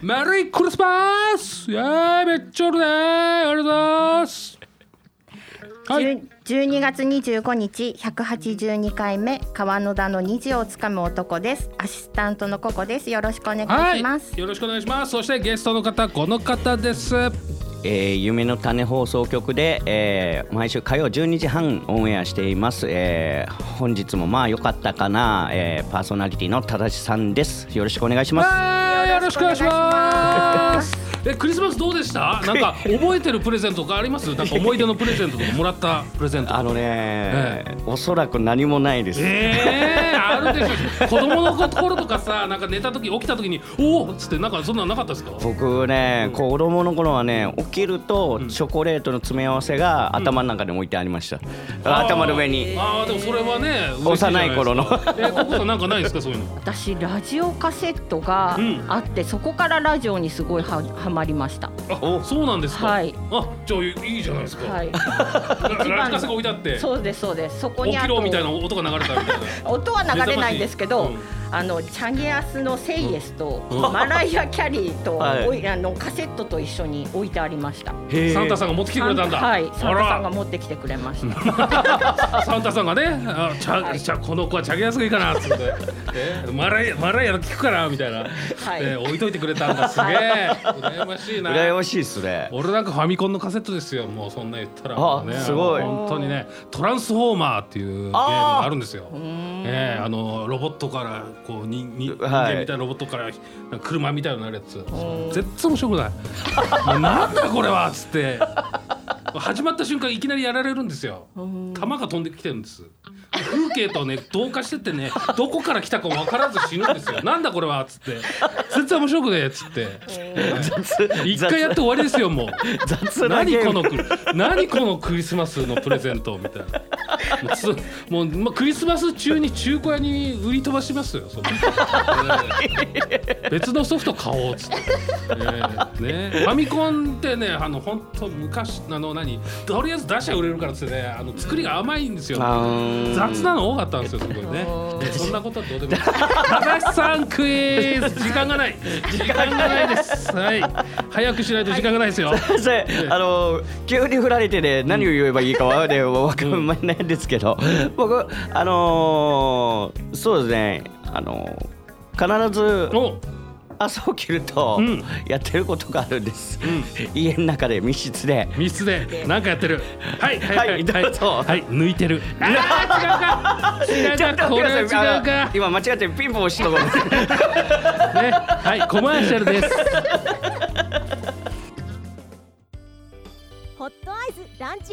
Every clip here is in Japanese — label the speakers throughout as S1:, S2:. S1: メリークリスマスイェーイめっちゃおるねありがとうございます はい
S2: 十12月25日182回目川野田の虹をつかむ男ですアシスタントのココですよろしくお願
S1: はい
S2: します、
S1: いよろしくお願いしますそしてゲストの方この方です
S3: えー夢の種放送局で、えー毎週火曜12時半オンエアしています、えー本日もまあ良かったかな、えーパーソナリティのただしさんですよろしくお願いします
S1: はいよろしくお願いしますえクリスマスどうでしたなんか覚えてるプレゼントとかあり ますなんか思い出のプレゼントとかもらったプレゼント
S3: あのね、おそらく何もないです、
S1: えー、あるでしょ子供の頃とかさなんか寝た時起きた時におおっつってなんかそんなのなかったですか
S3: 僕ね、子供の頃はね起きるとチョコレートの詰め合わせが頭の中で置いてありました、頭の上に
S1: あーでもそれはね嬉しじゃなで
S3: 幼
S1: すか
S3: い頃の
S1: えー、ここさんなんかないですかそういう の
S4: 私ラジオカセットが
S1: うん
S4: あって、そこからラジオにすごいははまりました
S1: あそうなんですか
S4: はい
S1: あじゃあいいじゃないですか、
S4: はい
S1: ラジカセが置いてあ って
S4: そうですそうですそこに
S1: 起
S4: あ
S1: き
S4: と
S1: ろみたいな音が流れたみたいな
S4: 音は流れないんですけど、
S1: 目覚ま
S4: あのチャゲアスの「セイエスと」
S1: うん
S4: マライア・キャリー と、
S3: はい
S4: おいあのカセットと一緒に置いてありました。
S3: へー
S1: サンタさんが持ってきてくれたんだ
S4: はい、サンタさんが
S1: あ
S4: 持ってきてくれました。
S1: らサンタさんがねあちゃちゃこの子はチャゲやすいかなっつって、 えーマライマライアの聞くからみたいな、
S4: はい
S1: えー置いといてくれたんだすげえ羨ましいな
S3: 羨ましいっすね
S1: 俺なんかファミコンのカセットですよもうそんな言ったら
S3: あ
S1: ね
S3: すごい
S1: 本当にね「トランスフォーマー」っていうゲームがあるんですよ。ええあのロボットからこうにに人
S3: はい
S1: 間みたいなロボットからなんか車みたいになるやつ絶対面白くない「もうなんだこれは」っつって始まった瞬間いきなりやられるんですよ弾が飛んできてるんです風景とね同化してってねどこから来たか分からず死ぬんですよ「なんだこれは」っつって「絶対面白くねえ」っつって一回やって終わりですよもう。
S3: 雑な
S1: 何
S3: ゲー
S1: こ
S3: ム
S1: のク何このクリスマスのプレゼントみたいな。 もうつもう、まクリスマス中に中古屋に売り飛ばします よ。その別のソフト買おうっつって。ねねファミコンってねあの本当昔あの何とりあえず出しゃ売れるからっつってねあの作りが甘いんですよ。
S3: あー
S1: 雑なの多かったんですよすごいね。ねそんなことはどうでもい い。高橋さんクイズ時間がない。時間がないです。はい。早くしないと時間がないですよ。
S3: 先生あの急に振られてね何を言えばいいか はね分かんないんですけど、僕あのーそうですねあのー必ず
S1: お
S3: 朝起きると
S1: うん
S3: やってることがあるんです、家の中で密室で
S1: 密室でなんかやってる。はいはいはい
S3: はいどうぞ
S1: はい抜いてる。ああ違うか。違うか。これは違う
S3: あの
S1: か。
S3: 今間違ってピンポン押したところ
S1: ねはいコマーシャルです。
S5: ホットアイズランチ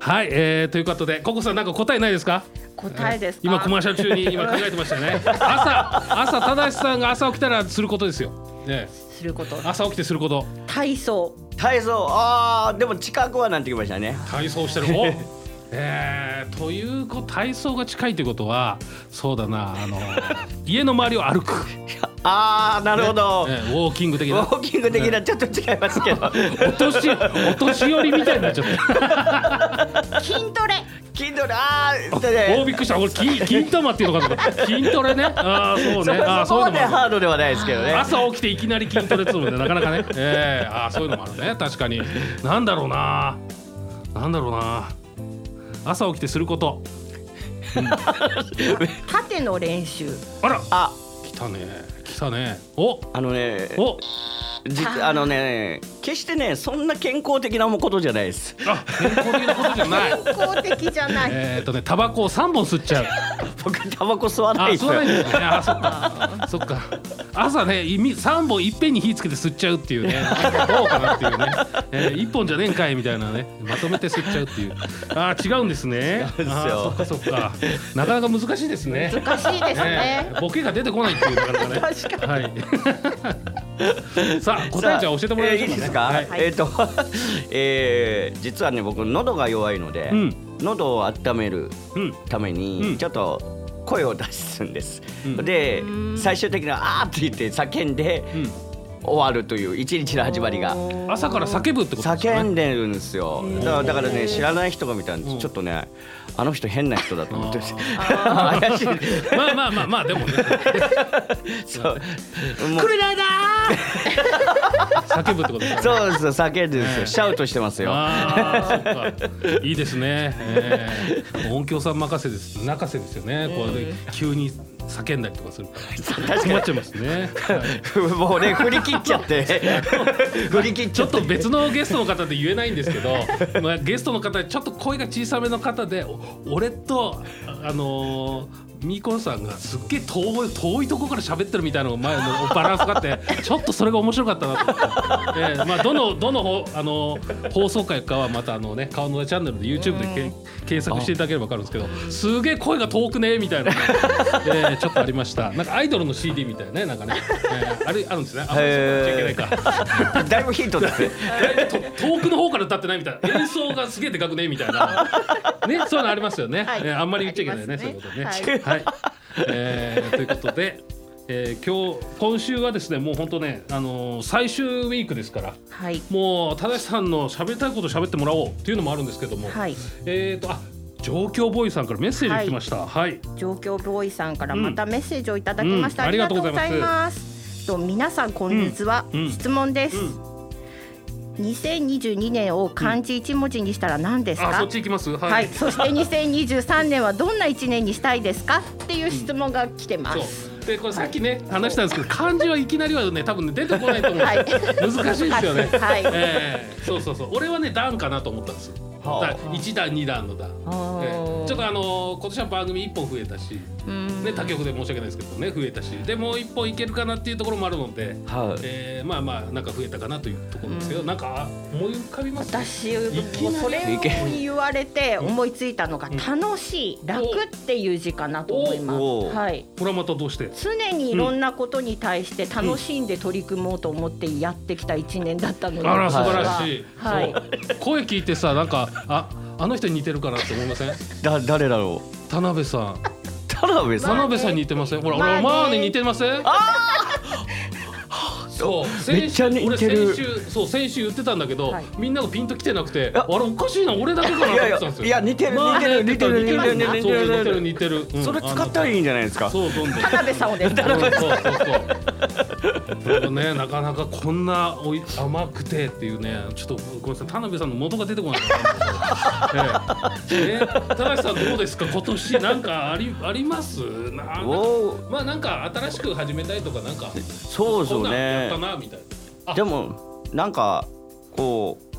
S1: はいえーということでココさんなんか答えないですか。
S4: 答えですか。
S1: 今コマーシャル中に今考えてましたね。朝朝正さんが朝起きたらすることですよ。ね
S4: すること。
S1: 朝起きてすること
S4: 体操。
S3: 体操あーでも近くはなんてきましたね
S1: 体操 してる。おえー、というこ体操が近いということはそうだな あの家の周りを歩く、
S3: あーなるほど、
S1: えーウォーキング的
S3: ウォ
S1: な
S3: ーキング的なちょっと違います けど
S1: お年お年寄りみたいになっちゃ った。
S4: 筋ト レ。
S3: 筋トレあーでね
S1: おびっくりした。俺筋筋玉っていうのかと思った。筋トレね。ああそうね。ああそ
S3: そ
S1: う
S3: こ
S1: いう
S3: ま
S1: のも
S3: で
S1: あ
S3: ハ
S1: る。
S3: ードではないですけどね
S1: 朝起きていきなり筋トレするのでなかなか ね。ええああそういうのもあるね。確かに。なんだろうな。なんだろうな。朝起きてすること。
S4: 縦の練習。
S1: あら
S3: あ
S1: 来たね。来たね。お
S3: あのね
S1: お
S3: じあのね決してねそんな健康的なことじゃないです
S1: あ健康的なことじゃない。
S4: 健康的じゃない。
S1: えっとねタバコを三本吸っちゃう。
S3: 僕タバコ吸わな
S1: あ、
S3: いです
S1: 吸わないん
S3: よ
S1: だよね。あ、そっか。そっか。朝ね、いみ三本いっぺんに火つけて吸っちゃうっていうね。どうかなっていうね。えー一、本じゃねえんかいみたいなね。まとめて吸っちゃうっていう。あー、違うんですね。
S3: 違うんですよ
S1: あーそっかそっか。なかなか難しいですね。
S4: 難しいですね。
S1: ボケが出てこないっていうなかなかね。確かに。はい。さあ答えじゃあ教えてもらいましょうか、ね、
S3: いいですか、
S1: はい、
S3: えっ、と、 えー実はね僕喉が弱いので、
S1: うん
S3: 喉を温める
S1: うん
S3: ため
S1: う
S3: に
S1: ん
S3: ちょっと声を出すんです、
S1: うん
S3: で最終的には「あー」って言って叫んで終わるという一日の始まりが
S1: うん、朝から叫ぶってことです
S3: 叫
S1: よね
S3: んでるんですよだからだからね知らない人が見たんです、
S1: うん
S3: ちょっとねあの人変な人だと思って
S1: あ
S3: 怪しい
S1: ーまあまあまあまあでもね
S3: そうもう
S1: 叫ぶってことですよね
S3: そうです叫んでるんです
S1: ええ
S3: よシャウトしてます よ
S1: あーそっかいいですね、ええ音響さん任せです泣かせですよね、こうで急に叫んだりとかするから困っちゃいますね、はい
S3: もうね振り切っちゃって振り切っち
S1: ち
S3: ゃ
S1: ょ
S3: っ
S1: ってと別のゲストの方で言えないんですけど、まあ、ゲストの方ちょっと声が小さめの方でお俺とあのーミーコンさんがすっげえ遠い遠いとこから喋ってるみたいなのが前のバランスがあってちょっとそれが面白かったなと思って、ええまあ、どのどのほあのー放送回かはまたあの、ね「顔の裏チャンネル」で YouTube でけ、検索していただければ分かるんですけどすげえ声が遠くねみたいな、ええちょっとありましたなんかアイドルの CD みたいなねなんかね、ええあれあるんですねあんまりそう言っちゃいけないか。
S3: だいぶヒントですね
S1: と遠くの方から歌ってないみたいな演奏がすげえでかくねみたいなねそういうのありますよね、
S2: はい
S1: ねあんまり言っちゃいけないね
S2: あ
S1: そうい
S2: り
S1: う
S2: ます
S1: ことね
S2: ね
S1: はい、えーということで、えー今日今週はですねもう本当ねあのー最終ウィークですから
S2: はい
S1: もう正さんの喋りたいこと喋ってもらおうっていうのもあるんですけども、
S2: はい
S1: えっ、とあ状況ボーイさんからメッセージ来ましたはい、
S2: 状況ボーイさんからまたメッセージをいただきました、
S1: うん
S2: ありがとうござ
S1: ありがと
S2: い
S1: うござい
S2: ますと皆さんこんにちは、
S1: うんうん
S2: 質問です、
S1: うん
S2: 2022年を漢字一文字にしたら何です
S1: あ
S2: か、
S1: そっち行きますはい、
S2: はい、そして2023年はどんな1年にしたいですかっていう質問が来てま
S1: そう
S2: す。
S1: でこれさっきね、話したんですけど漢字はいきなりはね多分ね出てこないと思う、
S2: はい
S1: 難しいですよね、
S2: はい
S1: ええそうそうそう俺はね段かなと思ったんです
S3: はあ
S1: だ1段2段の段、ええちょっとあのー今年は番組1本増えたし、
S2: うん
S1: ね、他局で申し訳ないですけどね増えたしでもう1本いけるかなっていうところもあるので、
S3: はい
S1: ええまあまあなんか増えたかなというところですけど、なんか思い浮かびます
S2: 私
S1: いきな
S2: も
S1: り
S2: それを言われて思いついたのが
S1: ん
S2: 楽しい楽っていう字かなと思いま
S3: お
S2: す。
S3: ー
S2: はい。
S1: これはまたどうして
S2: 常にいろんなことに対して楽しんで取り組もうと思ってやってきた一年だったので、
S1: あら
S2: 私
S1: 素
S2: は
S1: 晴らしい、
S2: はい
S1: そう声聞いてさなんかああの人に似てるかなって思いません
S3: だ誰だろう
S1: 田辺さん
S3: 田辺
S1: 田
S3: さん
S1: 辺さんに似てません。ほら、
S2: まあね
S1: 俺、まあね、似てません。そう、先週
S3: めっちゃ似てる
S1: 俺先週、そう、先週言ってたんだけど、
S2: はい
S1: みんながピンと来てなくて、
S3: や
S1: あれ、おかしいな、俺だけかなと思ってたんですよ。
S3: いやいやいや似てる
S1: まあね
S3: 似てる
S1: って言ったら
S3: 似てる
S1: 似てる
S3: 似
S1: 似
S3: て
S1: て
S3: る
S1: る、似てる、似てる。
S3: それ使ったら
S1: い
S3: いいんじゃないですか
S1: そう、どんどん。
S2: 田辺さんをです
S1: そうそうそうそう。でもね、なかなかこんなおい甘くてっていうね、ちょっとごめんなさい、田辺さんの元が出てこない。ええ、ね田辺さんどうですか、今年なんかありあります？ななんか
S3: おー
S1: まあなんか新しく始めたいとかなんか
S3: そうです
S1: こん
S3: よ
S1: なんやった
S3: ね
S1: なみたいあ
S3: でもなんかこう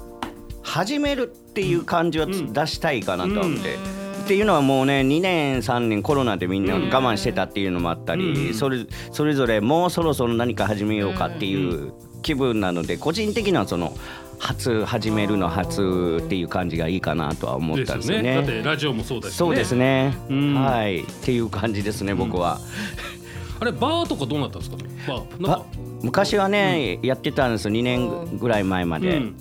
S3: 始めるっていう感じはつ
S1: うん
S3: 出したいかなと思って。
S2: うん
S3: っていうのはもうね2年3年コロナでみんな我慢してたっていうのもあったり、
S1: うん
S3: それそれぞれもうそろそろ何か始めようかっていう気分なので個人的にはその初始めるの初っていう感じがいいかなとは思ったんですよね。
S1: だってラジオもそうだし、ね、
S3: そうですね、
S1: うん
S3: はいっていう感じですね僕は、
S1: あれバーとかどうなったんですかねバーなん
S3: ば
S1: か
S3: 昔はね、やってたんです2年ぐらい前まで、
S1: うん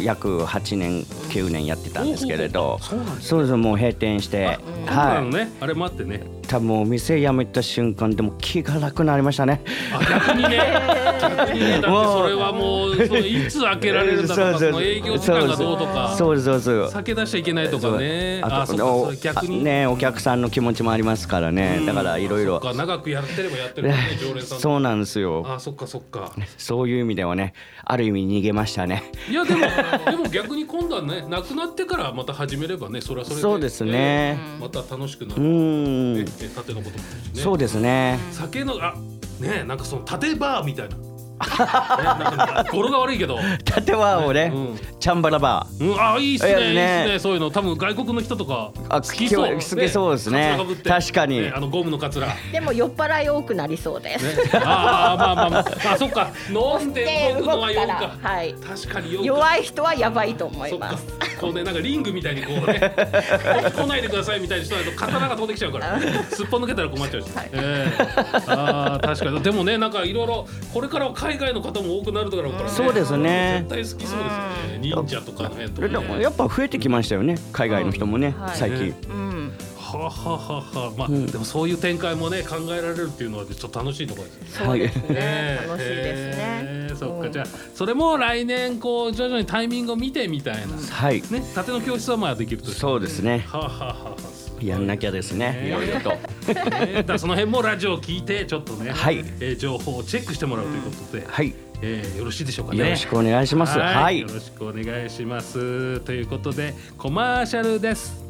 S3: 約8年9年やってたんですけれ
S1: お
S3: ど
S1: ーそうなんです
S3: そうですもう閉店して
S1: あの
S3: は
S1: ねあれ待ってね
S3: い多分お店辞めた瞬間でも気が楽になりましたね
S1: あ逆にね逆にねだってそれはもうそのいつ開けられるんだとか
S3: そうそう
S1: その営業時間がどうとか
S3: そうですそうです
S1: 酒出しちゃいけないとかね
S3: あ
S1: あ
S3: と
S1: そうかそうか逆
S3: お
S1: に
S3: あねお客さんの気持ちもありますからねだからいろい
S1: そ
S3: ろ
S1: っか長くやってればやってるから ね常連さん
S3: そうなんですよ
S1: あそっかそっか
S3: そういう意味ではねある意味逃げましたね
S1: いやでも でも逆に今度はねなくなってからまた始めればねそれはそれで
S3: そうですね
S1: えーまた楽しくな
S3: う
S1: る、
S3: ん
S1: えー縦のこともあるしね
S3: そうですね
S1: 酒のあねえなんかその縦バーみたいな ねなんか語呂が悪いけど、
S3: 縦は俺
S1: うん
S3: チャンバラバー
S1: うん、あいいっすね
S3: い
S1: い
S3: や
S1: い
S3: ね
S1: っすねそういうの多分外国の人とか
S3: あ
S1: 好きそう、
S3: 好き好きそうですね
S1: カツラぶって
S3: 確かに
S1: ねあのゴムのカツラ、ね、
S2: でも酔っ払い多くなりそうです。
S1: あーまあまあまあ、まあ、そっか飲んで
S2: で
S1: 動く
S2: 動
S1: のは
S2: く
S1: 酔
S2: か、
S1: うから
S2: はい、
S1: 確かに酔うか
S2: 弱い人はやばいと思
S1: そ
S2: い
S1: っか
S2: ます。
S1: こうねなんかリングみたいにこうね来ないでくださいみたいにしないと刀が飛んできちゃうからすっぽ抜けたら困っちゃうし、ええああ確かにでもねなんかいろいろこれからは海海外の方も多くなるだろうからね
S3: そうですね
S1: 絶対好きそうですよね忍者とかの辺と
S3: で
S1: か
S3: も
S1: ね
S3: やっぱ増えてきましたよね海外の人もね、
S2: うんはい
S3: 最近、
S1: ね
S2: うん、
S1: はあはあはあはあまあ
S3: うん
S1: でもそういう展開もね考えられるっていうのはちょっと楽しいところですよね
S2: そうですね、楽しいですね。
S1: ねえそっ
S2: う
S1: か
S2: ん
S1: じゃあそれも来年こう徐々にタイミングを見てみたいな
S3: はい
S1: ね縦の教室はまあできるとして
S3: そうですね、
S1: はあはあはあすごい
S3: やんなきゃですねいろいろと
S1: ねだからその辺もラジオを聞いてちょっとね、
S3: はい
S1: えー情報をチェックしてもらうということで、
S3: はい
S1: えーよろしいでしょうかね。
S3: よろしくお願いします
S1: はい
S3: はい
S1: よろしくお願いします。ということでコマーシャルです。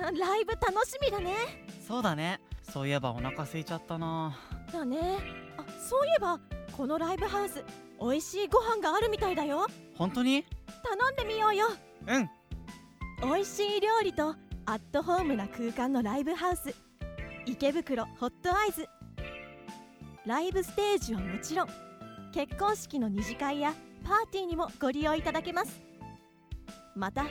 S5: ライブ楽しみだね
S6: そうだねそういえばお腹空いちゃったな
S5: だねあそういえばこのライブハウス美味しいご飯があるみたいだよ
S6: 本当に
S5: 頼んでみようよ
S6: うん
S5: 美味しい料理とアットホームな空間のライブハウス池袋ホットアイズライブステージはもちろん結婚式の二次会やパーティーにもご利用いただけますまた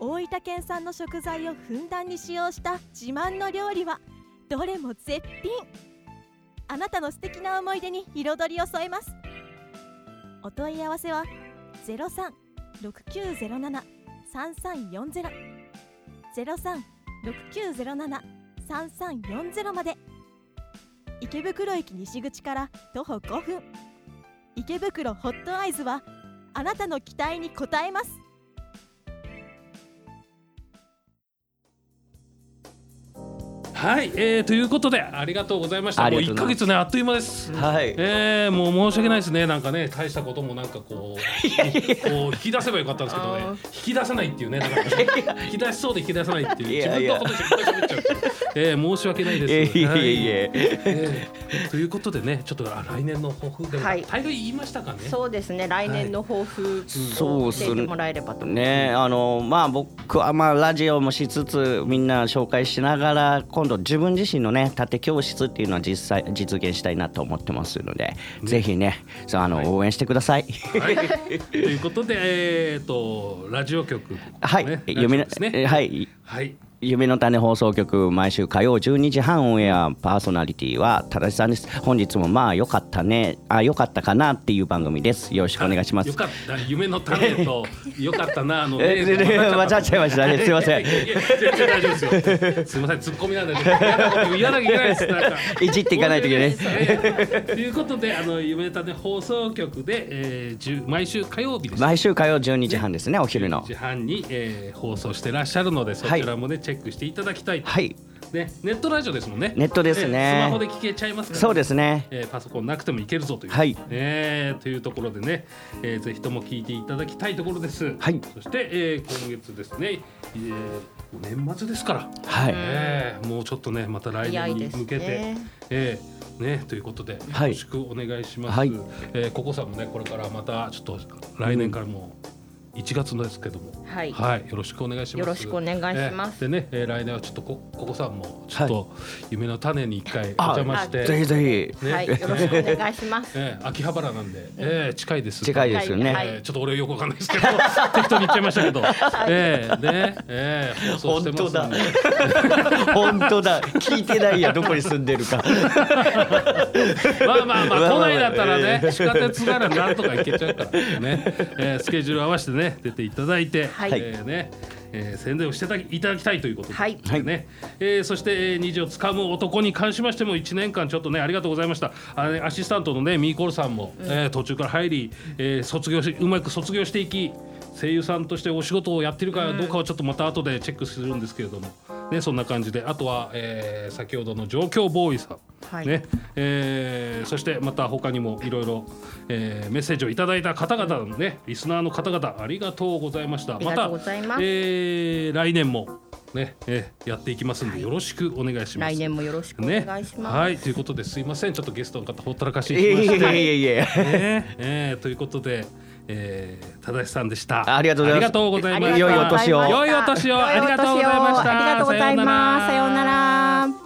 S5: 大分県産の食材をふんだんに使用した自慢の料理はどれも絶品あなたの素敵な思い出に彩りを添えますお問い合わせは036907 3340ゼロ三六九ゼロ七三三四ゼロまで。池袋駅西口から徒歩5分。池袋ホットアイズはあなたの期待に応えます。
S1: はい、えーということでありがとうございました。
S3: あ
S1: も
S3: り
S1: う
S3: がと
S1: 一
S3: うござ
S1: ヶ
S3: います
S1: 月ねあっという間です。
S3: はい
S1: えー、もう申し訳ないですね、なんかね、大したこともなんかこう、こ う引き出せばよかったんですけどね
S2: あ、
S1: 引き出さないっていうね、なんかね引き出しそうで引き出さないっていう、
S3: い
S1: 自
S3: やい
S1: 分
S3: や
S1: のことでいっぱい喋っちゃう。えー、申し訳ない
S3: え
S1: です。
S3: いえ
S1: はい
S3: いえいえ
S1: えーということでね、ちょっとあ来年の抱負でも、
S2: は
S1: 大
S2: い
S1: 概言いましたかね。
S2: そうですね、来年の抱負
S3: そ
S2: を教
S3: うす
S2: えて
S3: る
S2: もらえればと。
S3: ねあのまあ僕はまあラジオもしつつみんな紹介しながら今度自分自身のね縦教室っていうのは実際実現したいなと思ってますので、ぜひねそうあの、応援してください
S1: はい、ということで、えー、とラジオ局、ね、
S3: はい、
S1: ラジオ
S3: 夢の
S1: ですね。
S3: はい
S1: はい、
S3: 夢の種放送局毎週火曜12時半オンエアパーソナリティはただしさんです本日もまあ良かったねあ良かったかなっていう番組ですよろしくお願いします
S1: よかった、夢の種と、よかったな、あ の、
S3: えでで
S1: わ
S3: わちゃっちゃいましたねすいません
S1: いやいや全然大丈夫ですよ。すみません、突っ込みなんで、嫌なこと言わなきゃいけないです。なんか
S3: いじっていかないといけないです
S1: ね。ということで、あの夢種放送局で、えー、じゅ毎週火曜日です。
S3: 毎週火曜12時半ですねお昼の
S1: 10時半に、えー、放送してらっしゃるので、そちらもね、チェックしていただきたい。
S3: はい
S1: ね、ネットラジオですもんね。
S3: ネットですね
S1: えースマホで聞けちゃいますから、
S3: そうですね
S1: えーパソコンなくてもいけるぞという、
S3: はい
S1: えーというところでね、えーぜひとも聞いていただきたいところです。
S3: はい
S1: そして、えー今月ですね、えー年末ですから、
S3: はい
S1: えーもうちょっとねまた来
S2: 早
S1: 年
S2: い
S1: に
S2: です
S1: 向けて、
S2: ね。
S1: えーねということでよ
S3: はい
S1: ろしくお願いします。
S3: はい
S1: えーココさんもねこれからまたちょっと来年からも1月のですけども、
S2: はい、
S1: はい、よろしくお願いします。
S2: よろしくお願いします。
S1: えーでね、えー来年はちょっとこここさんもちょっと夢の種に一回お
S3: あ
S1: 邪魔して、
S3: ぜひぜ
S1: ね
S2: はい、よろしくお願いします。
S1: えー秋葉原なんで、えー近いです。
S3: ひ近いですよね、
S2: はい
S1: えーちょっと俺よくわかんないです けど適当に言っちゃいましたけど、えーね、えー放送してますんで
S3: 本当だ本当だ聞いてないやどこに住んでるか
S1: まあまあま
S3: ま
S1: あ
S3: あまあ
S1: 都内だったらね地下鉄ならなんとか行けちゃうからね、えースケジュール合わせてね出ていただいて、
S2: はい
S1: えーね、えー宣伝をしてたいただきたいということで、
S2: はい
S1: ねえーそしてえー「虹をつかむ男」に関しましても1年間ちょっとねありがとうございましたあねアシスタントのねミーコールさんも、えー途中から入り、えー卒業しうまく卒業していき声優さんとしてお仕事をやってるかどうかはちょっとまた後でチェックするんですけれども、ね、そんな感じであとは、えー先ほどの状況ボーイさん
S2: はい
S1: ねえーそしてまた他にもいろいろえーメッセージをいただいた方々のねリスナーの方々ありがとうございました。
S2: りがとうございます
S1: た、えー来年もね、えーやっていきますんでよろしく お願いします。
S2: 来年もよろしくお願い
S1: ね、
S2: しま
S1: はいということですいませんちょっとゲストの方ほったらかし
S3: い
S1: にしまし
S3: えいえい
S1: て、
S3: えいえ
S1: ねえーということで。えー、正さんでした。
S3: ありがとうござい
S1: あり
S3: ます
S1: がとうございま
S2: あ
S1: す。
S2: りがとう
S3: 良いお年
S2: ございまし
S3: を
S2: た
S1: 良いお年を。ありがとうございました。
S2: ありがとうございます。さようなら。